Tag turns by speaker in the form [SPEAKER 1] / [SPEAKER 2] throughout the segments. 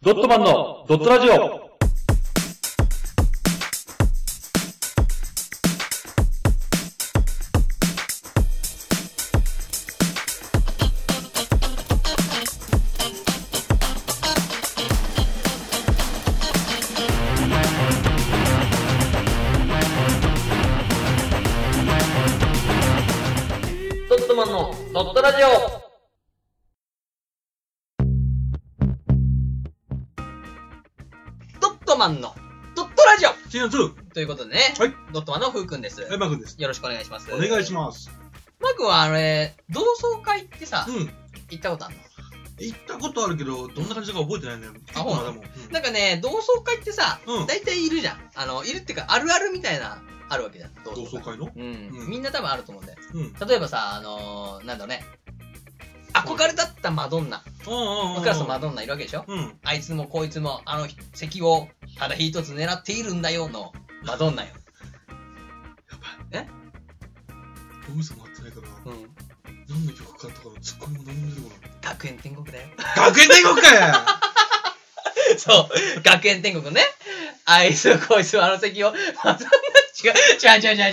[SPEAKER 1] ドットマンのドットラジオ
[SPEAKER 2] ドットマンのドットラジオドットマンのドットラジオ
[SPEAKER 3] シーズン
[SPEAKER 2] ということでね、
[SPEAKER 3] はい
[SPEAKER 2] ドットマンのふうくんです。
[SPEAKER 3] 2、エマくんです。
[SPEAKER 2] よろしくお願いします。
[SPEAKER 3] お願いし
[SPEAKER 2] ま
[SPEAKER 3] ます。
[SPEAKER 2] す。マー君はあれ、同窓会ってさ、
[SPEAKER 3] うん。
[SPEAKER 2] 行ったことあるの
[SPEAKER 3] 行ったことあるけど、どんな感じだか覚えてないね。
[SPEAKER 2] あ
[SPEAKER 3] 結構まだもん。
[SPEAKER 2] なんかね、同窓会ってさ、
[SPEAKER 3] うん。うん
[SPEAKER 2] 大体いるじゃん。あの、いるっていうか、あるあるみたいな、あるわけじゃん。同
[SPEAKER 3] 同窓会の
[SPEAKER 2] うん、
[SPEAKER 3] うん
[SPEAKER 2] みんな多分あると思うんだよ。
[SPEAKER 3] うん。
[SPEAKER 2] 例えばさ、あのー、なんだろうね。憧れだったマドンナ。
[SPEAKER 3] あ
[SPEAKER 2] クラスのマドンナいるわけでしょ
[SPEAKER 3] うん。
[SPEAKER 2] あいつもこいつもあの席をただ一つ狙っているんだよのマドンナよ。
[SPEAKER 3] どうしても合ってないから、
[SPEAKER 2] うん。
[SPEAKER 3] 何の曲かとかのツッコミも何も出てこない。
[SPEAKER 2] 学園天国だよ。
[SPEAKER 3] 学園大国かよ
[SPEAKER 2] そう。学園天国ね。あいつもこいつもあの席を、マドンナ違う、違う違う違う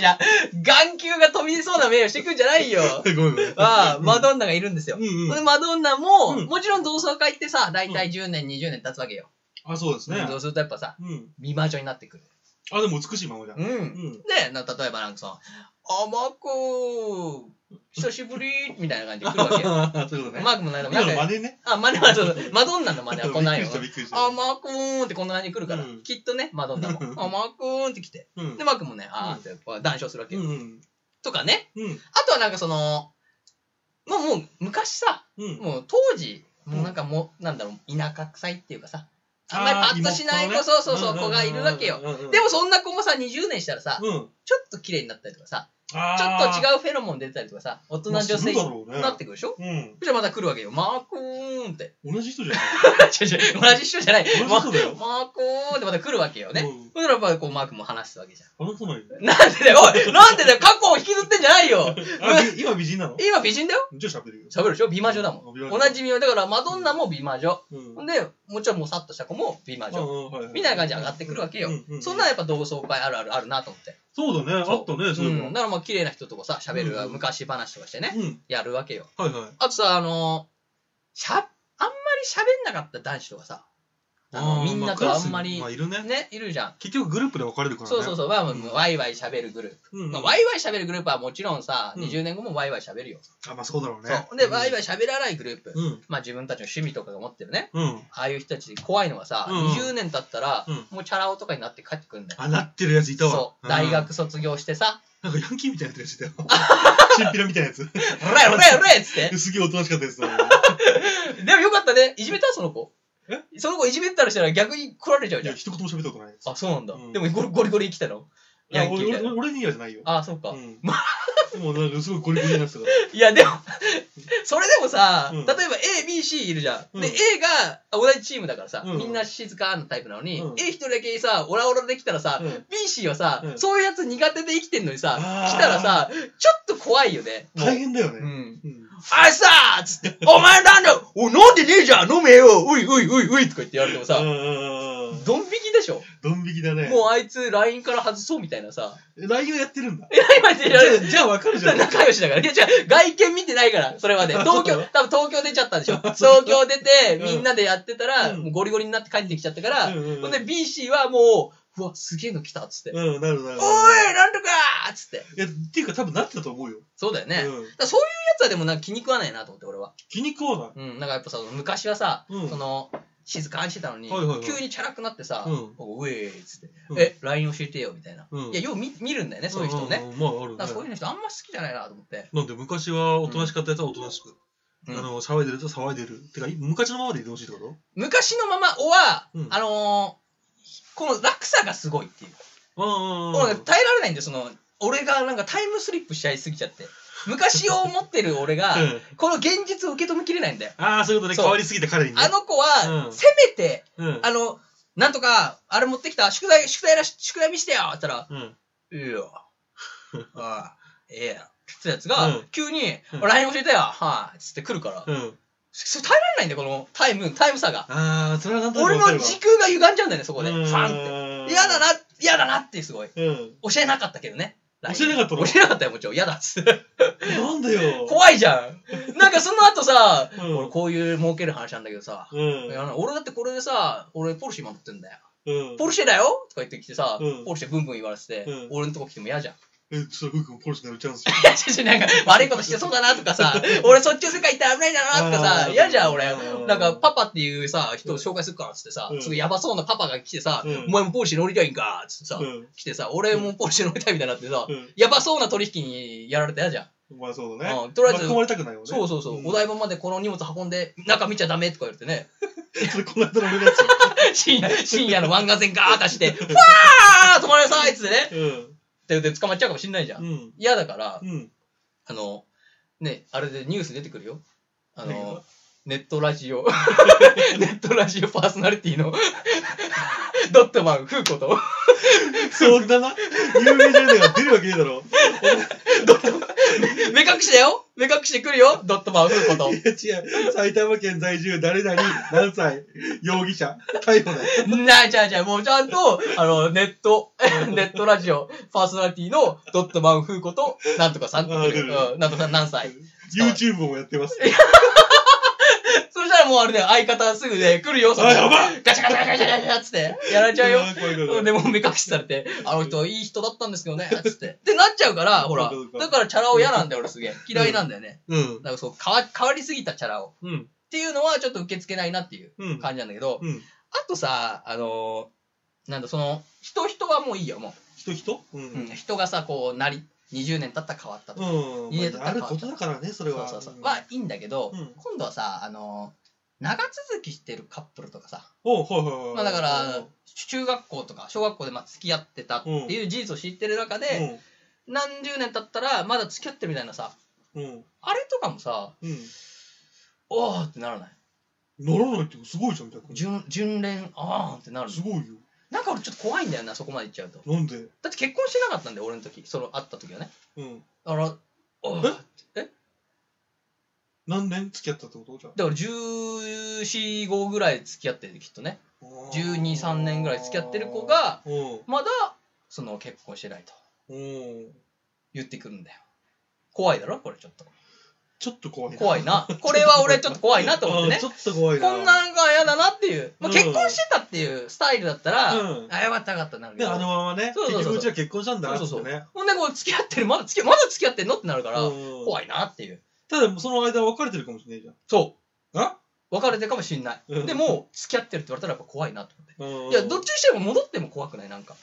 [SPEAKER 2] 違う。眼球が飛びそうな目をしてくんじゃないよ。
[SPEAKER 3] ごめんご めん。
[SPEAKER 2] ああ、マ
[SPEAKER 3] ン
[SPEAKER 2] ドンナがいるんですよ。
[SPEAKER 3] うんう
[SPEAKER 2] この
[SPEAKER 3] ん。
[SPEAKER 2] マドンナも、
[SPEAKER 3] うん
[SPEAKER 2] もちろん同窓会ってさ、だいたい10年、20年経つわけよ。
[SPEAKER 3] あ、そうですね。
[SPEAKER 2] そうするとやっぱさ、
[SPEAKER 3] うん。
[SPEAKER 2] 美魔女になってくる。
[SPEAKER 3] あ、でも美しいままじゃん。
[SPEAKER 2] うん
[SPEAKER 3] うん。
[SPEAKER 2] で、な例えばなんかさ、あ、マーク、久しぶりみたいな感じで来るわけよ。
[SPEAKER 3] そういうことね。
[SPEAKER 2] マークもなんか、
[SPEAKER 3] 今
[SPEAKER 2] な
[SPEAKER 3] の
[SPEAKER 2] んか、
[SPEAKER 3] 真似ね。
[SPEAKER 2] あ、マネはそうそうマドンナのマネは来ないよ
[SPEAKER 3] びっ。くりしたびっくりした。
[SPEAKER 2] あ、マークーンってこんな感じで来るから、
[SPEAKER 3] うん
[SPEAKER 2] きっとね、マドン ナも。あ、マークーンって来て。
[SPEAKER 3] うん
[SPEAKER 2] で、マークもね、あーってこう談笑するわけ
[SPEAKER 3] う
[SPEAKER 2] よ。
[SPEAKER 3] んうん。
[SPEAKER 2] とかね。
[SPEAKER 3] うん。
[SPEAKER 2] あとはなんかその、まあもう昔さ、
[SPEAKER 3] うん。
[SPEAKER 2] もう当時、もうなんかもう、なんだろう、田舎臭いっていうかさ、あんまりパッとしない子、そうそうそう、子がいるわけよ。。で
[SPEAKER 3] も、
[SPEAKER 2] もそんな子もさ、20年したらさ、
[SPEAKER 3] うん。ちょっ
[SPEAKER 2] ちょっと綺麗になったりとかさ、
[SPEAKER 3] と
[SPEAKER 2] ちょっと違うフェロモン出てたりとかさ、大人女性にな
[SPEAKER 3] な
[SPEAKER 2] ってくるでしょ
[SPEAKER 3] うん。
[SPEAKER 2] そしたらまた来るわけよ。マークーンって。
[SPEAKER 3] 同じ 人じ
[SPEAKER 2] 違
[SPEAKER 3] ゃ
[SPEAKER 2] う違う、同じ人じゃない。
[SPEAKER 3] ない。同
[SPEAKER 2] マ
[SPEAKER 3] じ人だよ。
[SPEAKER 2] マークーンってまた来るわけよね。
[SPEAKER 3] うん。
[SPEAKER 2] そしたらやっぱりこうマークも話すわけじゃ
[SPEAKER 3] あの子ないよ。
[SPEAKER 2] ん。なんでだよ、おいなんでだよ、過去を引きずってんじゃないよ
[SPEAKER 3] あ、び今美人なの
[SPEAKER 2] 今美人だよ
[SPEAKER 3] じゃあ喋るよ。
[SPEAKER 2] 喋るでしょ美魔女だも。
[SPEAKER 3] うんん美魔
[SPEAKER 2] 同
[SPEAKER 3] 女
[SPEAKER 2] じ美魔女。だからマドンナも美魔女。
[SPEAKER 3] うん
[SPEAKER 2] ほんで、もちろんもうさっとした子も美魔女。みたいな感じで上がってくるわけよ。そんなのやっぱ同窓会あるあるあるなと思って。
[SPEAKER 3] そうだね。あったね、そううんい
[SPEAKER 2] だからまあ綺麗な人とかさ、喋
[SPEAKER 3] うん
[SPEAKER 2] る
[SPEAKER 3] うん
[SPEAKER 2] 昔話とかしてね、
[SPEAKER 3] うん。
[SPEAKER 2] やるわけよ。
[SPEAKER 3] はいはい。
[SPEAKER 2] あとさ、あの、しゃ、あんまり喋んなかった男子とかさ、あの、みんなとあんまり
[SPEAKER 3] まあ、、いるね。
[SPEAKER 2] ね、いるじゃん。
[SPEAKER 3] 結局グループで分かれるからね。
[SPEAKER 2] そうそう
[SPEAKER 3] そ
[SPEAKER 2] そう、まあまあ
[SPEAKER 3] うん
[SPEAKER 2] ワイワイ喋るグループ。
[SPEAKER 3] う
[SPEAKER 2] まあ、ワイワイ喋るグループはもちろんさ、
[SPEAKER 3] うん
[SPEAKER 2] 20年後もワイワイ喋るよ。
[SPEAKER 3] あ、まあそうだろうね
[SPEAKER 2] そう。で、ワイワイ喋らないグループ。
[SPEAKER 3] うん。
[SPEAKER 2] まあ自分たちの趣味とかが持ってるね。
[SPEAKER 3] うん。
[SPEAKER 2] ああいう人たち怖いのはさ、
[SPEAKER 3] うんうん
[SPEAKER 2] 20年経ったら、
[SPEAKER 3] うん
[SPEAKER 2] もうチャラ男とかになって帰ってくるんだよ。
[SPEAKER 3] あ、なってるやついたわ。
[SPEAKER 2] そう、大。学卒業してさ、
[SPEAKER 3] なんかヤンキーみたいなやつ いたよ。チンピラみたいなやつ。
[SPEAKER 2] うれうれうれっつって。
[SPEAKER 3] すげえおとなしかったや つだ
[SPEAKER 2] でもよかったね。いじめたその子。
[SPEAKER 3] え
[SPEAKER 2] その子いじめたらしたら逆に来られちゃうじゃん。
[SPEAKER 3] 一言も喋ったことない
[SPEAKER 2] あ、そうなんだ。
[SPEAKER 3] うん
[SPEAKER 2] でもゴリゴリゴリ生きたのヤンキーみたいな。
[SPEAKER 3] 俺にはじゃないよ。
[SPEAKER 2] あ、そうか。
[SPEAKER 3] うん。もうなんかすごいゴリゴリになってたから。
[SPEAKER 2] いや、でも、 それでもさ、
[SPEAKER 3] うん
[SPEAKER 2] 例えば A、B、C いるじゃん。
[SPEAKER 3] うん
[SPEAKER 2] で、A が同じチームだからさ、
[SPEAKER 3] うん
[SPEAKER 2] みんな静かなタイプなのに、
[SPEAKER 3] うん
[SPEAKER 2] A 一人だけさ、オラオラできたらさ、
[SPEAKER 3] うん
[SPEAKER 2] B、C はさ、
[SPEAKER 3] うん
[SPEAKER 2] そういうやつ苦手で生きてんのにさ、
[SPEAKER 3] あー
[SPEAKER 2] 来たらさ、ちょっと怖いよね。もう
[SPEAKER 3] 大変だよ
[SPEAKER 2] う
[SPEAKER 3] ね。
[SPEAKER 2] ん。
[SPEAKER 3] うん。
[SPEAKER 2] あれさーっつって、お前なんだおい、飲んでねえじゃん飲めよおいおいおいおいとか言ってやるても
[SPEAKER 3] う
[SPEAKER 2] さ、
[SPEAKER 3] んうんうん
[SPEAKER 2] ドン引きでしょ
[SPEAKER 3] ドン引きだね。
[SPEAKER 2] もうあいつ LINE から外そうみたいなさ。
[SPEAKER 3] LINE をやってるんだ。
[SPEAKER 2] いや、今言って
[SPEAKER 3] じゃ
[SPEAKER 2] やる
[SPEAKER 3] あ、じゃあわかるじゃ ん。
[SPEAKER 2] 仲良しだから。いや、違う、外見見てないから、それま で。東京、多分東京出ちゃったんでしょ。東京出て、
[SPEAKER 3] うん
[SPEAKER 2] みんなでやってたら、
[SPEAKER 3] うん
[SPEAKER 2] もうゴリゴリになって帰ってきちゃったから、
[SPEAKER 3] うんうんうん
[SPEAKER 2] ほんで BC はもう、うわ、すげえの来たっつって。
[SPEAKER 3] うん、なるなる。
[SPEAKER 2] おい、なんとかーっつって。
[SPEAKER 3] いや、っていうか多分なってたと思うよ。
[SPEAKER 2] そうだよね。だか
[SPEAKER 3] うん。
[SPEAKER 2] らそういうやつはでもなんか気に食わないなと思って、俺は。
[SPEAKER 3] 気に食わ
[SPEAKER 2] うん、なんかやっぱさ、昔はさ、
[SPEAKER 3] うん
[SPEAKER 2] その、静かにしてたのに、
[SPEAKER 3] はいはいはい
[SPEAKER 2] 急にチャラくなってさ、
[SPEAKER 3] うん
[SPEAKER 2] おうえーっつって、
[SPEAKER 3] うん
[SPEAKER 2] え、LINE 教えてよ、みたいな。
[SPEAKER 3] うん
[SPEAKER 2] いや、よう見見るんだよね、
[SPEAKER 3] ない。
[SPEAKER 2] そういう人をね。
[SPEAKER 3] ん。んまあ、ある
[SPEAKER 2] だからそうい
[SPEAKER 3] ね。
[SPEAKER 2] う人あんま好きじゃないなと思って。
[SPEAKER 3] なんで、昔はおとなしかったやつはおとなしく。あ
[SPEAKER 2] うん
[SPEAKER 3] の、騒いでると騒いでる。てか、昔のままでいてほしいってこと
[SPEAKER 2] 昔のままおは、
[SPEAKER 3] うん
[SPEAKER 2] あのーこの落差がすごいっていう。
[SPEAKER 3] うん
[SPEAKER 2] もうね耐えられないんだよ、その、俺がなんかタイムスリップしちゃいすぎちゃって。昔を持ってる俺が、
[SPEAKER 3] うん
[SPEAKER 2] この現実を受け止めきれないんだよ。
[SPEAKER 3] ああ、そういうことね。
[SPEAKER 2] そう
[SPEAKER 3] 変わりすぎた彼にね。
[SPEAKER 2] あの子は、
[SPEAKER 3] うん
[SPEAKER 2] せめて、
[SPEAKER 3] うん、
[SPEAKER 2] あの、なんとか、あれ持ってきた、宿題、宿題らし、宿題見してよって言ったら、
[SPEAKER 3] うん。
[SPEAKER 2] いい よ。ああ、ええや。ってやつが、
[SPEAKER 3] うん
[SPEAKER 2] 急に、
[SPEAKER 3] うん
[SPEAKER 2] LINE 教えてよ。はい、つって来るから、
[SPEAKER 3] うん。
[SPEAKER 2] そ耐えられないんだよ、このタイム、タイム差が。
[SPEAKER 3] ああ、それはなんとなく
[SPEAKER 2] 俺
[SPEAKER 3] わか
[SPEAKER 2] の
[SPEAKER 3] るわ
[SPEAKER 2] 時空が歪んじゃうんだよね、そこで。
[SPEAKER 3] う
[SPEAKER 2] フ
[SPEAKER 3] ーん
[SPEAKER 2] ァンって。嫌だな、嫌だなっていうすごい。
[SPEAKER 3] うん。
[SPEAKER 2] 教えなかったけどね。
[SPEAKER 3] 教えなかったの
[SPEAKER 2] 教えなかったよ、もちろん。嫌だっつって。
[SPEAKER 3] なんだよ。
[SPEAKER 2] 怖いじゃん。なんかその後さ、
[SPEAKER 3] うん
[SPEAKER 2] 俺こういう儲ける話なんだけどさ、
[SPEAKER 3] うん
[SPEAKER 2] いや俺だってこれでさ、俺ポルシェ今乗ってんだよ。
[SPEAKER 3] うん。
[SPEAKER 2] ポルシェだよとか言ってきてさ、
[SPEAKER 3] うん
[SPEAKER 2] ポルシェブンブン言われてて、
[SPEAKER 3] うん
[SPEAKER 2] 俺のとこ来ても嫌じゃん。
[SPEAKER 3] え、ちょっとふうくんポルシェになるチャンスよ。
[SPEAKER 2] ちょちょなんか悪いことしてそうだなとかさ、俺そっちの世界行ったら危ないだろうなとか
[SPEAKER 3] う
[SPEAKER 2] さ、
[SPEAKER 3] ん
[SPEAKER 2] 嫌じゃん俺
[SPEAKER 3] う。ん
[SPEAKER 2] なんかパパっていうさ、人を紹介するからっつってさ、
[SPEAKER 3] うん
[SPEAKER 2] すごいヤバそうなパパが来てさ、
[SPEAKER 3] うん
[SPEAKER 2] お前もポルシェ乗りたいんかっつってさ、
[SPEAKER 3] うん。
[SPEAKER 2] 来てさ、俺もポルシェ乗りたいみたいになってさ、
[SPEAKER 3] うん。
[SPEAKER 2] ヤバそうな取引にやられたやじゃん。
[SPEAKER 3] まあそうだね。
[SPEAKER 2] うんとりあえず
[SPEAKER 3] 巻き込まれたくないよね。
[SPEAKER 2] そうそうそう、お台場までこの荷物運んで、中見ちゃダメとか言ってね、
[SPEAKER 3] それこの間の俺のやつ。
[SPEAKER 2] 深夜、深夜の湾岸線ガーッ出 して、ファー止まれなさいっつってね、って言って捕まっちゃうかもしんないじゃ。
[SPEAKER 3] うんん。
[SPEAKER 2] 嫌だから
[SPEAKER 3] う、ん。
[SPEAKER 2] あの、ね、あれでニュース出てくるよ。あ
[SPEAKER 3] 何が
[SPEAKER 2] の、ネットラジオ、 ネットラジオパーソナリティ のドットマン、フーコと、
[SPEAKER 3] そうだな。有名じゃねえから出るわけねえだろ。
[SPEAKER 2] 目隠しだよ目隠してくるよドットマン、フーコと。
[SPEAKER 3] いや違う。埼玉県在住、誰々、何歳、容疑者、逮捕だよ。
[SPEAKER 2] なあ、じゃあじゃあ、もうちゃんと、あの、ネット、ネットラジオ、パーソナリティのドットマンフーコと、なんとかさんって
[SPEAKER 3] あー出る
[SPEAKER 2] うんなんとかさん何歳。
[SPEAKER 3] YouTube もやってます。
[SPEAKER 2] そしたらもうあれだよ、相方すぐで来るよ、その
[SPEAKER 3] あ、やばい
[SPEAKER 2] ガチャガチャガチャガチャガチャっつって、やられちゃうよ。
[SPEAKER 3] 怖い怖い怖い
[SPEAKER 2] で、もう目隠しされて、あの人いい人だったんですけどね、つって。ってなっちゃうから、ほら
[SPEAKER 3] そうかそう。か
[SPEAKER 2] だからチャラ男嫌なんだよ、俺すげえ。嫌いなんだよね。
[SPEAKER 3] うん
[SPEAKER 2] だ。からそう、変わ変わりすぎたチャラ男。っ
[SPEAKER 3] うん。
[SPEAKER 2] ていうのはちょっと受け付けないなっていう
[SPEAKER 3] うん。
[SPEAKER 2] 感じなんだけど、
[SPEAKER 3] うん。
[SPEAKER 2] あとさ、あのーなんだ、その、人人はもういいよ、も
[SPEAKER 3] 人人う
[SPEAKER 2] う。うん。人がさ、こう、なり、20年経ったら変わったとか。
[SPEAKER 3] うん。
[SPEAKER 2] 家と
[SPEAKER 3] ま
[SPEAKER 2] か
[SPEAKER 3] ああることだからね、それ
[SPEAKER 2] そう
[SPEAKER 3] は。
[SPEAKER 2] そうそう。
[SPEAKER 3] は
[SPEAKER 2] は、いいんだけど、
[SPEAKER 3] うん
[SPEAKER 2] 今度はさ、あのー長続きしてるカップルとかさ、
[SPEAKER 3] おうはいはいはい。
[SPEAKER 2] まあだから、中学校とか小学校でまあ付き合ってたっていう事実を知ってる中で、何十年経ったらまだ付き合ってるみたいなさ、
[SPEAKER 3] うん。うん。
[SPEAKER 2] あれとかもさ、
[SPEAKER 3] うん。
[SPEAKER 2] おーってならない。
[SPEAKER 3] ならないってすごいじゃん、逆に。
[SPEAKER 2] 純純恋、あーってなるの
[SPEAKER 3] すごいよ。
[SPEAKER 2] なんか俺ちょっと怖いんだよな、そこまで行っちゃうと。
[SPEAKER 3] なんで
[SPEAKER 2] だって結婚してなかったんだよ、俺の時。その会った時はね。
[SPEAKER 3] うん。
[SPEAKER 2] あら、おーって
[SPEAKER 3] 何年付き合ったってことじゃ
[SPEAKER 2] だから14、5ぐらい付き合ってるきっとね。
[SPEAKER 3] あ。
[SPEAKER 2] 12、3年ぐらい付き合ってる子、が、
[SPEAKER 3] うん。
[SPEAKER 2] まだその結婚してないと
[SPEAKER 3] うん。
[SPEAKER 2] 言ってくるんだよ。怖いだろこれちょっと。
[SPEAKER 3] ちょっと怖いな。
[SPEAKER 2] 怖いな。これは 俺ちょっと怖いなと思って
[SPEAKER 3] あ
[SPEAKER 2] ね
[SPEAKER 3] ーち。ょっと怖いな。
[SPEAKER 2] こんなんが嫌だなっていう。まあ、
[SPEAKER 3] うん
[SPEAKER 2] 結婚してたっていうスタイルだったら、
[SPEAKER 3] うん
[SPEAKER 2] あ、よかったよかったなるけ
[SPEAKER 3] で、
[SPEAKER 2] ど。
[SPEAKER 3] あのままね、
[SPEAKER 2] そう
[SPEAKER 3] 結
[SPEAKER 2] そうそう
[SPEAKER 3] 局うちら結婚したんだ
[SPEAKER 2] そうそう
[SPEAKER 3] ってね。
[SPEAKER 2] ほんで、こう付き合ってる、まだ付き合、まだ付き合ってんのってなるから、
[SPEAKER 3] うん
[SPEAKER 2] 怖いなっていう。
[SPEAKER 3] ただ、その間別れてるかもしれないじゃん。
[SPEAKER 2] そ
[SPEAKER 3] あ
[SPEAKER 2] う。別れてるかもしんない。
[SPEAKER 3] うん
[SPEAKER 2] でも、付き合ってるって言われたらやっぱ怖いなと思って。
[SPEAKER 3] うん
[SPEAKER 2] いや、どっちにしても戻っても怖くないなんか。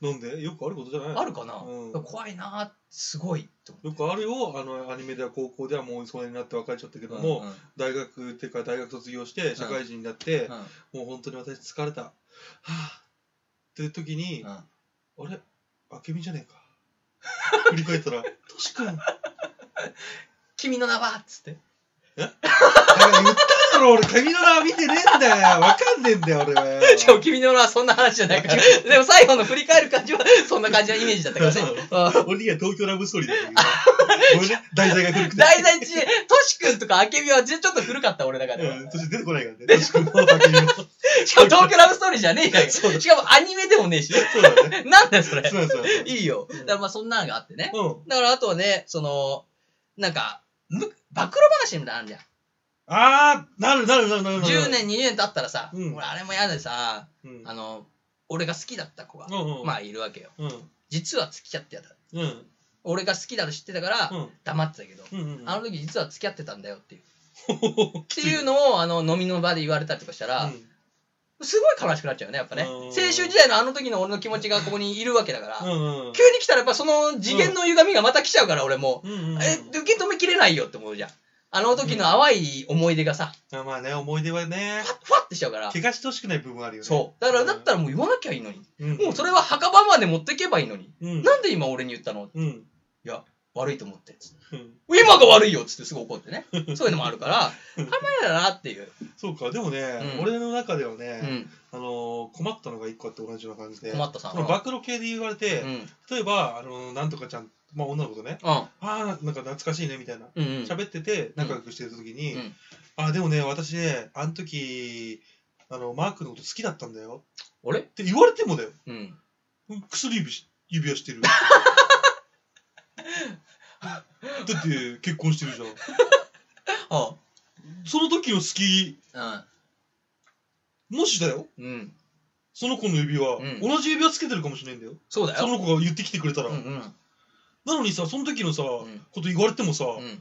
[SPEAKER 3] なんでよくあることじゃない
[SPEAKER 2] あるかな、
[SPEAKER 3] うん
[SPEAKER 2] 怖いなすごいと思
[SPEAKER 3] よくあるよ、あの、アニメでは高校ではもうそれになって別れちゃったけど
[SPEAKER 2] う。
[SPEAKER 3] も、
[SPEAKER 2] うんうん
[SPEAKER 3] 大学っていうか大学卒業して社会人になって、もう本当に私疲れたはあっていう時に、
[SPEAKER 2] うん
[SPEAKER 3] あれあけみじゃねえか振り返ったら「トシ君」だか
[SPEAKER 2] 君の名はっつって。
[SPEAKER 3] ら言ったんだろ俺君の名は見てねえんだよわかんねえんだよ俺 は
[SPEAKER 2] じゃあ、君の名はそんな話じゃない から。でも、最後の振り返る感じは、そんな感じのイメージだった からね。うん
[SPEAKER 3] 俺には東京ラブストーリーだったけどごめんね題材が古くて
[SPEAKER 2] 大体ち、トシ君とかあけみはちょっと古かった俺だから。
[SPEAKER 3] うん、そして出てこないからね。トシ 君のあけみは。
[SPEAKER 2] しかも東京ラブストーリーじゃねえじゃ ん。
[SPEAKER 3] そうだ
[SPEAKER 2] しかもアニメでもねえし。
[SPEAKER 3] そうだね。
[SPEAKER 2] なんだよそれ。
[SPEAKER 3] そうそうそう。
[SPEAKER 2] いいよ。
[SPEAKER 3] うん
[SPEAKER 2] だからまあそんなのがあってね。
[SPEAKER 3] うん。
[SPEAKER 2] だからあとはね、その、なんか、む暴露話みたいなのあるじゃん。
[SPEAKER 3] あー、なるなるなるなるなる。
[SPEAKER 2] 10年、20年経ったらさ、
[SPEAKER 3] うん
[SPEAKER 2] 俺あれも嫌でさ、
[SPEAKER 3] うん。
[SPEAKER 2] あの、俺が好きだった子が、
[SPEAKER 3] うんうん
[SPEAKER 2] まあいるわけよ。
[SPEAKER 3] うん。
[SPEAKER 2] 実は付き合ってやった。
[SPEAKER 3] うん。
[SPEAKER 2] 俺が好きだと知ってたから
[SPEAKER 3] う、ん。
[SPEAKER 2] 黙ってたけど、
[SPEAKER 3] うんうんうん
[SPEAKER 2] あの時実は付き合ってたんだよ っていう。
[SPEAKER 3] っ
[SPEAKER 2] っていうのを、あの、飲みの場で言われたりとかしたら、すごい悲しくなっちゃうよね、やっぱね。
[SPEAKER 3] うん
[SPEAKER 2] 青春時代のあの時の俺の気持ちがここにいるわけだから、
[SPEAKER 3] うんうん
[SPEAKER 2] 急に来たらやっぱその次元の歪みがまた来ちゃうから、俺もう、
[SPEAKER 3] うんうんうん
[SPEAKER 2] え、受け止めきれないよって思うじゃん。あの時の淡い思い出がさ、
[SPEAKER 3] あまあね、思い出はね、
[SPEAKER 2] ふわってしちゃうから。
[SPEAKER 3] 怪我してほしくない部分はあるよね。
[SPEAKER 2] そう。だから、だったらもう言わなきゃいいのに。
[SPEAKER 3] うん
[SPEAKER 2] もうそれは墓場まで持ってけばいいのに。
[SPEAKER 3] うん。
[SPEAKER 2] なんで今俺に言ったの
[SPEAKER 3] うん。
[SPEAKER 2] 悪いと思って。
[SPEAKER 3] うん
[SPEAKER 2] 今が悪いよっつってすごい怒って ね。そういうのもあるから、ダメだなっていう。
[SPEAKER 3] そうか、でもね、
[SPEAKER 2] うん
[SPEAKER 3] 俺の中では
[SPEAKER 2] う
[SPEAKER 3] ね、
[SPEAKER 2] ん。
[SPEAKER 3] あのー、困ったのが一個あって同じような感じで、
[SPEAKER 2] 困ったさ。
[SPEAKER 3] その暴露系で言われて
[SPEAKER 2] う、ん。
[SPEAKER 3] 例えば、あのー、なんとかちゃん、まあ女の子とね、
[SPEAKER 2] うん。
[SPEAKER 3] ああ、なんか懐かしいねみたいな、
[SPEAKER 2] うん。うん。
[SPEAKER 3] 喋ってて、仲良くしてる時に
[SPEAKER 2] うん、
[SPEAKER 3] あ、でもね、私ね、あの時、あの、マークのこと好きだったんだよ。
[SPEAKER 2] あれ
[SPEAKER 3] って言われてもだよ。
[SPEAKER 2] うん。
[SPEAKER 3] 薬指し指輪し てる。だって結婚してるじゃん。
[SPEAKER 2] あ
[SPEAKER 3] その時の好き、
[SPEAKER 2] あ。
[SPEAKER 3] もしだよ、
[SPEAKER 2] うん。うん。
[SPEAKER 3] その子の指輪、
[SPEAKER 2] うん
[SPEAKER 3] 同じ指輪つけてるかもしれないんだよ。
[SPEAKER 2] そうだ
[SPEAKER 3] そ
[SPEAKER 2] よ。
[SPEAKER 3] の子が言ってきてくれたら。
[SPEAKER 2] うんうん。
[SPEAKER 3] なのにさ、その時のさ、
[SPEAKER 2] ん
[SPEAKER 3] こと言われてもさ、
[SPEAKER 2] うん。
[SPEAKER 3] い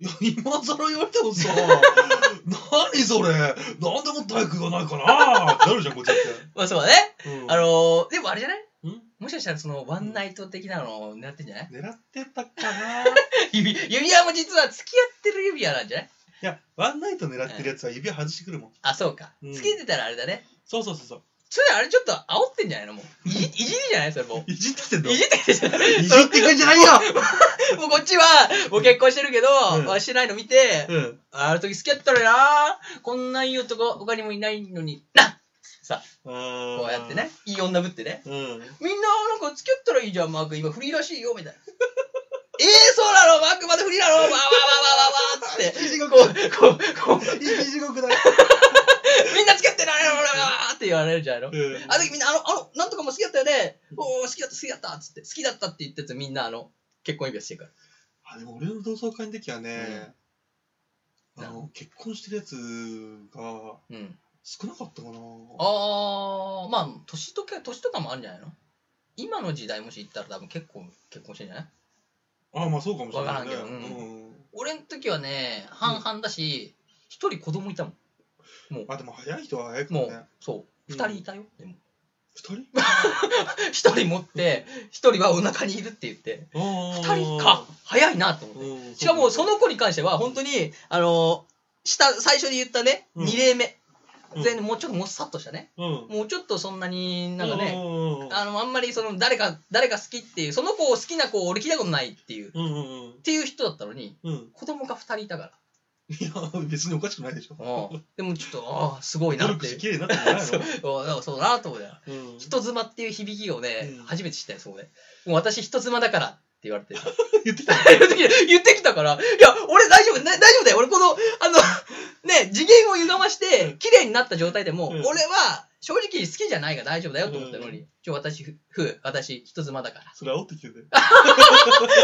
[SPEAKER 3] や、今更言われ てもさ、何それ、なんでも体育がないかなってなるじゃん、こっちだっ
[SPEAKER 2] まあそうだね。
[SPEAKER 3] て。うん
[SPEAKER 2] あのー、でもあれじゃない
[SPEAKER 3] ん
[SPEAKER 2] もしかしたらそのワンナイト的なのを狙ってんじゃない
[SPEAKER 3] 狙ってたかない
[SPEAKER 2] 指指輪も実は付き合ってる指輪なんじゃない
[SPEAKER 3] や、ワンナイト狙ってるやつは指輪外してくるもん。
[SPEAKER 2] あ、そうか。
[SPEAKER 3] うん
[SPEAKER 2] 付けてたらあれだね。
[SPEAKER 3] そうそうそうそう。
[SPEAKER 2] それあれちょっと煽ってんじゃないのもう。いじいじりじゃないそれも
[SPEAKER 3] いじってきてん
[SPEAKER 2] う。
[SPEAKER 3] の
[SPEAKER 2] いじってきてんじゃない
[SPEAKER 3] いじってくんじゃないよ
[SPEAKER 2] もうこっちは、もう結婚してるけど、
[SPEAKER 3] うん
[SPEAKER 2] まあしてないの見て、
[SPEAKER 3] うん。
[SPEAKER 2] あの時好きやったのになこんないい男他にもいないのになこ
[SPEAKER 3] こ
[SPEAKER 2] うやってね。、いい女ぶってね。
[SPEAKER 3] うん。
[SPEAKER 2] みんななんか付き合ったらいいじゃん、マーク。今フリーらしいよ、みたいな。 えー、そうなのマークまでフリーなのわーわーわーわーわーわーっつって。
[SPEAKER 3] 地獄、
[SPEAKER 2] こう、こう、こう、
[SPEAKER 3] 生き地獄だ。
[SPEAKER 2] みんな付き合ってないのわーわーわーって言われるじゃないの
[SPEAKER 3] うん
[SPEAKER 2] あの時みんな、あの、あの、なんとかも好きだったよね。おー、好きだった、好きだったっつって。好きだったって言ったやつみんな、あの、結婚指輪してるから。
[SPEAKER 3] あでも俺の同窓会の時はね、
[SPEAKER 2] うん
[SPEAKER 3] あの結婚してるやつが
[SPEAKER 2] うん。
[SPEAKER 3] 少なかったかな
[SPEAKER 2] あー、まあ、年とか、年とかもあるんじゃないの今の時代もし行ったら多分結構結婚してんじゃない
[SPEAKER 3] ああまあそうかもしれないね
[SPEAKER 2] わからんけどう
[SPEAKER 3] うん
[SPEAKER 2] 俺の時はね、半々だし、一、人子供いたもん。
[SPEAKER 3] あでも早い人は早いか
[SPEAKER 2] も
[SPEAKER 3] も
[SPEAKER 2] う、
[SPEAKER 3] ね
[SPEAKER 2] そう。
[SPEAKER 3] うん
[SPEAKER 2] 二人いたよ、でも。
[SPEAKER 3] 二人
[SPEAKER 2] 一人持って、一人はお腹にいるって言って。
[SPEAKER 3] 二
[SPEAKER 2] 二人か。早いなと思って。しかもその子に関しては本当にあの下最初に言ったね、
[SPEAKER 3] うん
[SPEAKER 2] 2例目
[SPEAKER 3] うん
[SPEAKER 2] 全然もうちょっともっさっとしたね
[SPEAKER 3] うん
[SPEAKER 2] もうちょっとそんなになんかね
[SPEAKER 3] ね
[SPEAKER 2] あのあんまりその誰か誰か好きっていうその子を好きな子を俺聞いたことないっていうっ
[SPEAKER 3] うんうんうん
[SPEAKER 2] ていう人だったのに
[SPEAKER 3] うん
[SPEAKER 2] 子供が2人いたか
[SPEAKER 3] いや別におかしくないでしょ
[SPEAKER 2] らうんでもちょっとああすごい
[SPEAKER 3] 努
[SPEAKER 2] なっ
[SPEAKER 3] 力してて綺麗になったんじゃないの
[SPEAKER 2] そうだからそうだなと思うよ
[SPEAKER 3] うん
[SPEAKER 2] 人妻っていう響きをね、
[SPEAKER 3] うん
[SPEAKER 2] 初めて知ったよそうねもう私人妻だからって言われて
[SPEAKER 3] 言ってきた
[SPEAKER 2] 言ってき た言ってきたから、いや、俺大丈夫、ね、大丈夫だよ。俺この、あの、ね、次元を歪まして、綺麗になった状態でも、
[SPEAKER 3] うん
[SPEAKER 2] 俺は正直好きじゃないが大丈夫だよと思ったのに、ちょ、私、ふ、ふ、私、人妻だから。
[SPEAKER 3] それ煽ってきてて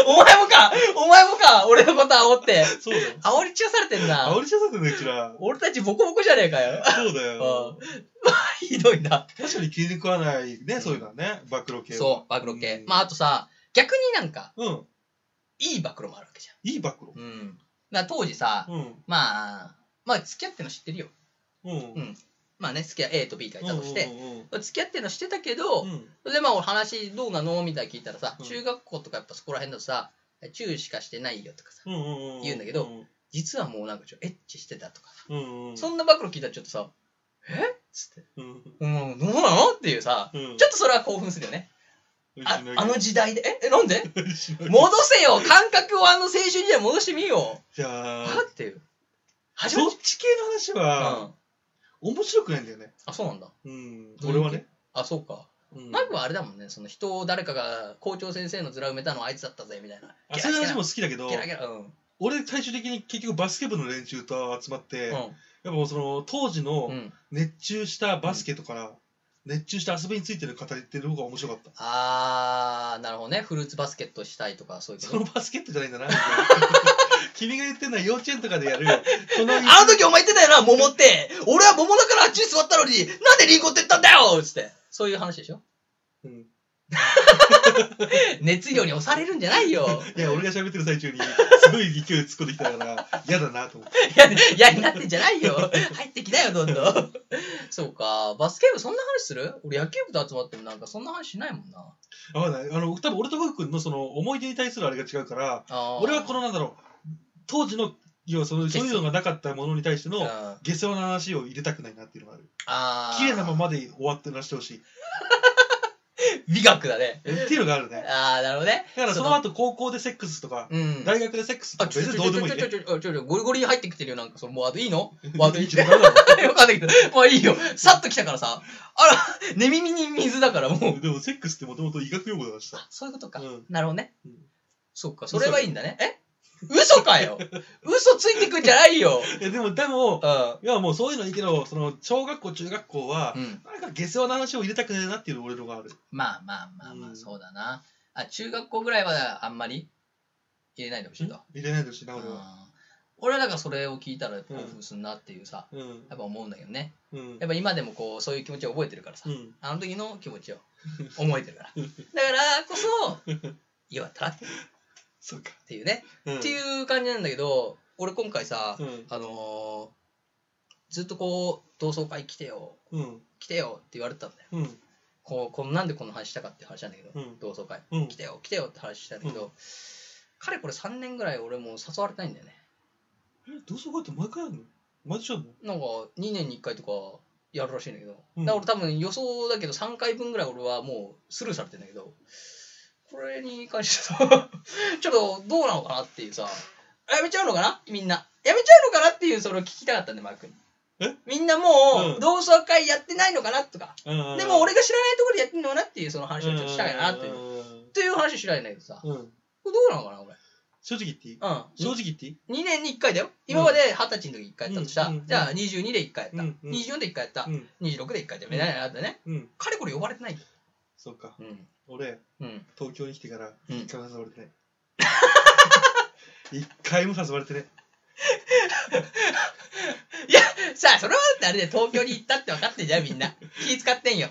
[SPEAKER 2] お前もかお前もか俺のこと煽って。
[SPEAKER 3] そうだよ
[SPEAKER 2] 煽り散らされてんな。
[SPEAKER 3] 煽りちゃさせてねうちら
[SPEAKER 2] 俺たちボコボコじゃねえかよ。
[SPEAKER 3] そうだよ
[SPEAKER 2] うんひどいな。
[SPEAKER 3] 確かに気に食わないねそういうのはね暴露系は
[SPEAKER 2] そう、暴露系
[SPEAKER 3] う。ん
[SPEAKER 2] まあ、あとさ、逆になんか、
[SPEAKER 3] うん
[SPEAKER 2] いい暴露もあるわけじ
[SPEAKER 3] いい暴露
[SPEAKER 2] ゃん。うん。まあ、当時さ、
[SPEAKER 3] うん
[SPEAKER 2] まあ、まあ、付き合ってんの知ってるよ。
[SPEAKER 3] うん
[SPEAKER 2] うんまあね、付き合い A と B がいたとして、
[SPEAKER 3] うん
[SPEAKER 2] 付き合ってるのしてたけど、
[SPEAKER 3] うんうん
[SPEAKER 2] でまあ俺話どうなのみたいな聞いたらさ、
[SPEAKER 3] うん
[SPEAKER 2] 中学校とかやっぱそこら辺だとさ、チューしかしてないよとかさ、
[SPEAKER 3] うんうんうん、
[SPEAKER 2] 言うんだけど、実はもうなんかちょっとエッチしてたとか、
[SPEAKER 3] うんうん、
[SPEAKER 2] そんな暴露聞いたらちょっとさ、えっつって、
[SPEAKER 3] うん
[SPEAKER 2] うん、どうなのっていうさ、
[SPEAKER 3] うん、
[SPEAKER 2] ちょっとそれは興奮するよね。
[SPEAKER 3] うん
[SPEAKER 2] ああの時代で、え、えなんで
[SPEAKER 3] しない
[SPEAKER 2] 戻せよ感覚をあの青春時代戻してみよ
[SPEAKER 3] じゃ
[SPEAKER 2] う
[SPEAKER 3] あ
[SPEAKER 2] はっていう。始ま
[SPEAKER 3] そ
[SPEAKER 2] っ
[SPEAKER 3] っち系の話
[SPEAKER 2] た。
[SPEAKER 3] は、
[SPEAKER 2] うん。
[SPEAKER 3] 面白くないんだよね、
[SPEAKER 2] あ、そうなんだ。
[SPEAKER 3] うん、
[SPEAKER 2] どうい
[SPEAKER 3] 俺
[SPEAKER 2] う
[SPEAKER 3] はね、
[SPEAKER 2] あ、そうか。
[SPEAKER 3] うん、
[SPEAKER 2] マークはあれだもんね、その人を誰かが校長先生の面埋めたのはあいつだったぜみたいな。
[SPEAKER 3] あそういう話も好きだけど
[SPEAKER 2] ゲラゲラ。うん。
[SPEAKER 3] 俺最終的に結局バスケ部の連中と集まって、
[SPEAKER 2] う
[SPEAKER 3] やっ
[SPEAKER 2] ん
[SPEAKER 3] ぱもうその当時
[SPEAKER 2] う
[SPEAKER 3] の
[SPEAKER 2] ん。
[SPEAKER 3] 熱中したバスケとか、熱中した遊びについてる語ってる方が面白かった
[SPEAKER 2] あー、なるほどね。フルーツバスケットしたいとか、そういうこ
[SPEAKER 3] その
[SPEAKER 2] と。
[SPEAKER 3] バスケットじゃないん だな君が言ってるのは幼稚園とかでやるこの
[SPEAKER 2] あの時お前言ってたよな、桃って。俺は桃だからあっちに座ったのに、なんでリンゴって言ったんだよつって。そういう話でしょ
[SPEAKER 3] うん
[SPEAKER 2] 熱量に押されるんじゃない よ。
[SPEAKER 3] いや、俺が喋ってる最中に、すごい勢いで突っ込んできたから、嫌だなと思って。
[SPEAKER 2] いや、嫌になってんじゃないよ。入ってきなよ、どんどん。そうか。バスケ部そんな話する俺野球部と集まってもなんかそんな話しないもんな。
[SPEAKER 3] あわかんないあの、多分俺とふうくんのその思い出に対するあれが違うから、
[SPEAKER 2] あー
[SPEAKER 3] 俺はこのなんだろう、当時の、要はそのそういうのがなかったものに対して
[SPEAKER 2] うん
[SPEAKER 3] の、
[SPEAKER 2] あ
[SPEAKER 3] 下世話な話を入れたくないなっていうのがある。
[SPEAKER 2] ー。
[SPEAKER 3] 綺麗なままで終わってらしてほしい。
[SPEAKER 2] 美学だね。
[SPEAKER 3] えっていうのがあるね。
[SPEAKER 2] ああ、なるほどね。
[SPEAKER 3] だからその後高校でセックスとか、
[SPEAKER 2] うん。
[SPEAKER 3] 大学でセックスと
[SPEAKER 2] あ、
[SPEAKER 3] か
[SPEAKER 2] ちょ
[SPEAKER 3] 別
[SPEAKER 2] ちょ
[SPEAKER 3] に
[SPEAKER 2] ちょ
[SPEAKER 3] どうでもい
[SPEAKER 2] ち
[SPEAKER 3] い
[SPEAKER 2] ょちょ
[SPEAKER 3] ね。
[SPEAKER 2] ちょちょちょ、ゴリゴリ入ってきてるよ、なんか、そのワードいいのワードいい
[SPEAKER 3] 一応 ダメだろ
[SPEAKER 2] よかんないけど、まあいいよ。さっと来たからさ、あら、寝耳に水だからもう。
[SPEAKER 3] でもセックスってもともと医学用語だからさ。
[SPEAKER 2] そういうことか。
[SPEAKER 3] うん
[SPEAKER 2] なるほどね
[SPEAKER 3] うん。
[SPEAKER 2] そうか、それはいいんだね。え嘘かよ嘘ついてくんじゃないよ
[SPEAKER 3] いやでも、でも、
[SPEAKER 2] う
[SPEAKER 3] いやもうそういうのはいいけど、その、小学校、中学校は、
[SPEAKER 2] ん。うん。
[SPEAKER 3] なんか下世話な話を入れたくねえなっていう俺のがある。
[SPEAKER 2] まあまあまあま
[SPEAKER 3] う
[SPEAKER 2] あ、
[SPEAKER 3] ん
[SPEAKER 2] そうだな。あ、中学校ぐらいはあんまり入れないでほしいと。
[SPEAKER 3] 入れないでほしいな、
[SPEAKER 2] うん
[SPEAKER 3] 俺は。
[SPEAKER 2] 俺はだからそれを聞いたら興奮すんなっていうさ、
[SPEAKER 3] うん。
[SPEAKER 2] やっぱ思うんだけどね。
[SPEAKER 3] うん
[SPEAKER 2] や。っぱ今でもこう、そういう気持ちを覚えてるからさ
[SPEAKER 3] う。ん。
[SPEAKER 2] あの時の気持ちを思えてるから。だからこそ、よかったなっ
[SPEAKER 3] そうか。
[SPEAKER 2] ていうね。
[SPEAKER 3] っ
[SPEAKER 2] って
[SPEAKER 3] う
[SPEAKER 2] いう感じなんだけど、俺今回さ、
[SPEAKER 3] ん。
[SPEAKER 2] あのーずっとこう、同窓会来てよ、
[SPEAKER 3] うん。
[SPEAKER 2] 来てよって言われてたんだよ。
[SPEAKER 3] うん。
[SPEAKER 2] こうこんなんでこの話したかって話なんだけど、
[SPEAKER 3] うん
[SPEAKER 2] 同窓会、
[SPEAKER 3] うん
[SPEAKER 2] 来てよ来てよって話したんだけど、
[SPEAKER 3] う
[SPEAKER 2] かれこれ3年ぐらい俺もう誘われてないんだよね
[SPEAKER 3] え、同窓会って毎回あるの毎年あるの
[SPEAKER 2] なんか2年に1回とかやるらしいんだけど、
[SPEAKER 3] うん
[SPEAKER 2] だから俺多分予想だけど3回分ぐらい俺はもうスルーされてんだけどこれに関してさ ちょっとどうなのかなっていうさやめちゃうのかなみんなやめちゃうのかなっていうそれを聞きたかったんでマー君に
[SPEAKER 3] え
[SPEAKER 2] みんなもう、
[SPEAKER 3] うん
[SPEAKER 2] 同窓会やってないのかなとか、
[SPEAKER 3] うん
[SPEAKER 2] でも俺が知らないところでやってんのかなっていうその話をちょっとしたいなっていう、
[SPEAKER 3] う
[SPEAKER 2] という話しないんだけどさ、こ
[SPEAKER 3] ん。うん。
[SPEAKER 2] れどうなのかな、これ。
[SPEAKER 3] 正直言っていい正
[SPEAKER 2] うん。
[SPEAKER 3] 直言っていい
[SPEAKER 2] 2年に1回だよ。今まで二十歳の時1回やったとしたら
[SPEAKER 3] うんうん
[SPEAKER 2] じゃあ22で1回やった。
[SPEAKER 3] うんうん
[SPEAKER 2] 24で1回やった
[SPEAKER 3] う。ん。
[SPEAKER 2] 26で1回じゃ目ないなってね。
[SPEAKER 3] うん。
[SPEAKER 2] かれこれ呼ばれてないよ。
[SPEAKER 3] そうか。
[SPEAKER 2] うん。
[SPEAKER 3] 俺、
[SPEAKER 2] うん。
[SPEAKER 3] 東京に来てから、
[SPEAKER 2] うん
[SPEAKER 3] 一回も誘われて ない。一回も誘われてない。
[SPEAKER 2] さあ、それはだってあれで東京に行ったって分かってんじゃん、みんな。気使ってんよ。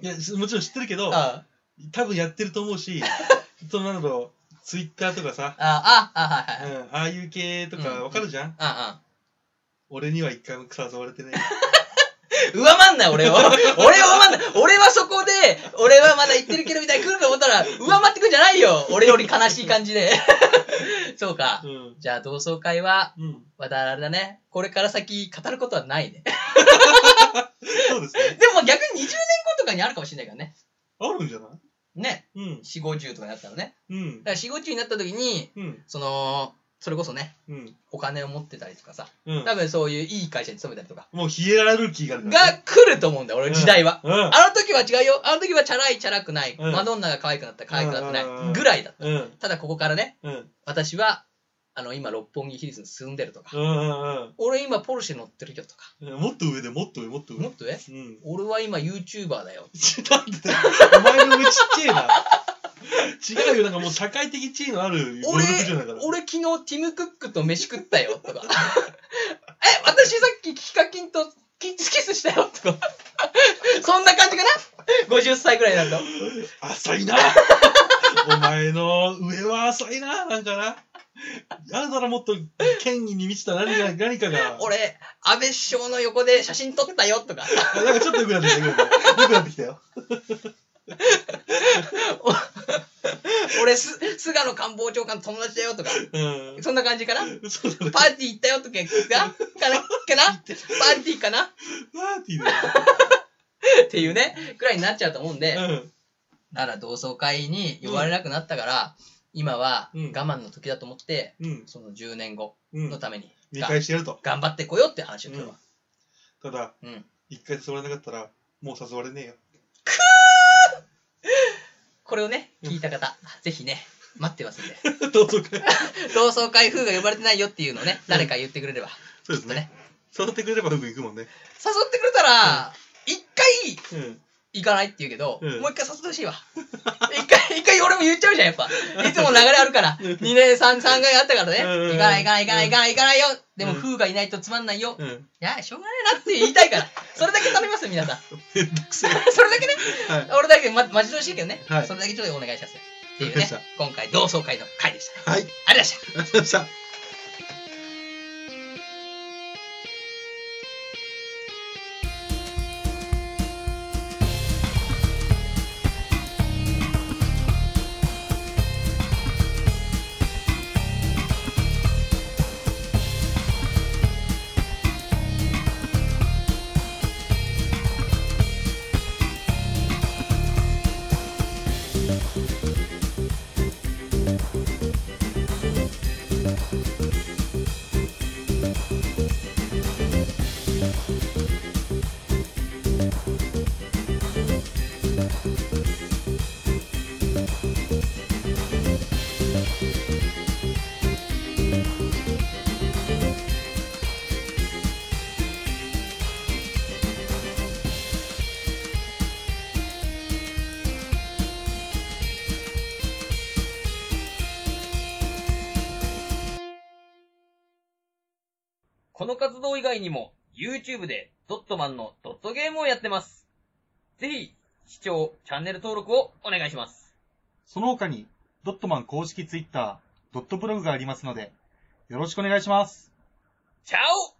[SPEAKER 3] いや、すもちろん知ってるけど、
[SPEAKER 2] あ
[SPEAKER 3] 多分やってると思う し、そのなんだろう、ツイッターとかさ、
[SPEAKER 2] あ、ああ、ああ、
[SPEAKER 3] う
[SPEAKER 2] はいはい。
[SPEAKER 3] ん、ああいう系とかわかるじゃ
[SPEAKER 2] ああ、
[SPEAKER 3] ん、
[SPEAKER 2] ああ。
[SPEAKER 3] 俺には一回も誘われてない。
[SPEAKER 2] 上回んない、 俺を。俺を上回んない。俺はそこで、俺はまだ行ってるけどみたいに来ると思ったら、上回ってくんじゃないよ。俺より悲しい感じで。 そうか
[SPEAKER 3] う。ん。
[SPEAKER 2] じゃあ、同窓会は、
[SPEAKER 3] うん。
[SPEAKER 2] またあれだね。これから先語ることはないね。で
[SPEAKER 3] そうですね。
[SPEAKER 2] も逆に20年後とかにあるかもしれないからね。
[SPEAKER 3] あるんじゃない
[SPEAKER 2] ね。
[SPEAKER 3] うん。
[SPEAKER 2] 4、50とかになったらね。
[SPEAKER 3] うん
[SPEAKER 2] だか。ら4、50になった時に、
[SPEAKER 3] うん。
[SPEAKER 2] その、それこそね、
[SPEAKER 3] うん。
[SPEAKER 2] お金を持ってたりとかさ、
[SPEAKER 3] うん。
[SPEAKER 2] 多分そういういい会社に勤めたりとか、
[SPEAKER 3] もうヒエラルキーがあるから
[SPEAKER 2] が
[SPEAKER 3] ね。
[SPEAKER 2] 来ると思うんだよ、俺の時代は。
[SPEAKER 3] が
[SPEAKER 2] あの時は違うよ。あの時はチャラい、チャラくない。
[SPEAKER 3] うん
[SPEAKER 2] マドンナが可愛くなった、可愛くなってな
[SPEAKER 3] うんうんう
[SPEAKER 2] い。
[SPEAKER 3] ん
[SPEAKER 2] ぐらいだ。
[SPEAKER 3] うん。うん。
[SPEAKER 2] ただここからね、
[SPEAKER 3] うん。
[SPEAKER 2] 私は、あの、今、六本木ヒルズに住んでるとか、
[SPEAKER 3] うん。
[SPEAKER 2] 俺今、ポルシェ乗ってるよとか、
[SPEAKER 3] うん。もっと上でもっと上もっと
[SPEAKER 2] も
[SPEAKER 3] 上
[SPEAKER 2] っ。とね、
[SPEAKER 3] うん。
[SPEAKER 2] 俺は今、YouTuber だよ
[SPEAKER 3] なんでだよお前の上ちっちゃいな。違うよ。なんかもう社会的地位のある
[SPEAKER 2] 俺
[SPEAKER 3] じゃないから。
[SPEAKER 2] 俺昨日ティム・クックと飯食ったよとか え私さっきヒカキンとキスキスしたよとか そんな感じかな50歳ぐらいになると
[SPEAKER 3] 浅いなお前の上は浅いななんかな。あるだろ、もっと権威に満ちた何か何かが。
[SPEAKER 2] 俺安倍首相の横で写真撮ったよとか
[SPEAKER 3] あなんかちょっと良くなってきた、良くなってきた。良くなってきたよ。
[SPEAKER 2] 俺す菅野官房長官の友達だよとか
[SPEAKER 3] う。
[SPEAKER 2] そんな感じかなん
[SPEAKER 3] そうだね。
[SPEAKER 2] パーティー行ったよとかかか なかなパーティーかな
[SPEAKER 3] パーティーだ
[SPEAKER 2] っていうねぐらいになっちゃうと思うんで、
[SPEAKER 3] よ。うん。
[SPEAKER 2] なら同窓会に呼ばれなくなったから、今は我慢の時だと思って、
[SPEAKER 3] うん。
[SPEAKER 2] その10年後
[SPEAKER 3] うん
[SPEAKER 2] の。ために、
[SPEAKER 3] 見
[SPEAKER 2] が
[SPEAKER 3] 返してやると。
[SPEAKER 2] 頑張ってこようって話を今日は。
[SPEAKER 3] ただ、
[SPEAKER 2] うん
[SPEAKER 3] 一回誘われなかったら、もう誘われねえよ。
[SPEAKER 2] これをね、
[SPEAKER 3] うん
[SPEAKER 2] 聞いた方、ぜひね、待ってますんで。
[SPEAKER 3] どうぞか。
[SPEAKER 2] 同窓会風が呼ばれてないよっていうのをね、誰か言ってくれれば。
[SPEAKER 3] そうですね。誘ってくれればフグ行くもんね。
[SPEAKER 2] 誘ってくれたら、一回
[SPEAKER 3] うん。
[SPEAKER 2] 行かないって言うけど、
[SPEAKER 3] うん
[SPEAKER 2] もう一回誘ってほしいわ。一回、一回俺も言っちゃうじゃん、やっぱ。いつも流れあるから。2年、3、3回あったからね。
[SPEAKER 3] うん
[SPEAKER 2] 行かない、行かない、行かない、行かない、行かないよ。でも、
[SPEAKER 3] うん
[SPEAKER 2] 風がいないとつまんないよ。
[SPEAKER 3] うん。
[SPEAKER 2] いや、しょうがねえなって言いたいから。それだけ頼みますよ、皆さん。
[SPEAKER 3] めんどくせえ。
[SPEAKER 2] それだけね。
[SPEAKER 3] はい。
[SPEAKER 2] 俺だけ、ま、待ち遠しいけどね、
[SPEAKER 3] はい
[SPEAKER 2] それだけちょっとお願いしますっていう
[SPEAKER 3] わかりま
[SPEAKER 2] ね
[SPEAKER 3] した
[SPEAKER 2] 今回同窓会の会でした
[SPEAKER 3] はい。あり
[SPEAKER 2] ありがとうございました
[SPEAKER 3] がとうございました。
[SPEAKER 2] この活動以外にも、YouTube でドットマンのドットゲームをやってます。ぜひ、視聴、チャンネル登録をお願いします。
[SPEAKER 4] その他に、ドットマン公式ツイッター、ドットブログがありますので、よろしくお願いします。
[SPEAKER 2] チャオ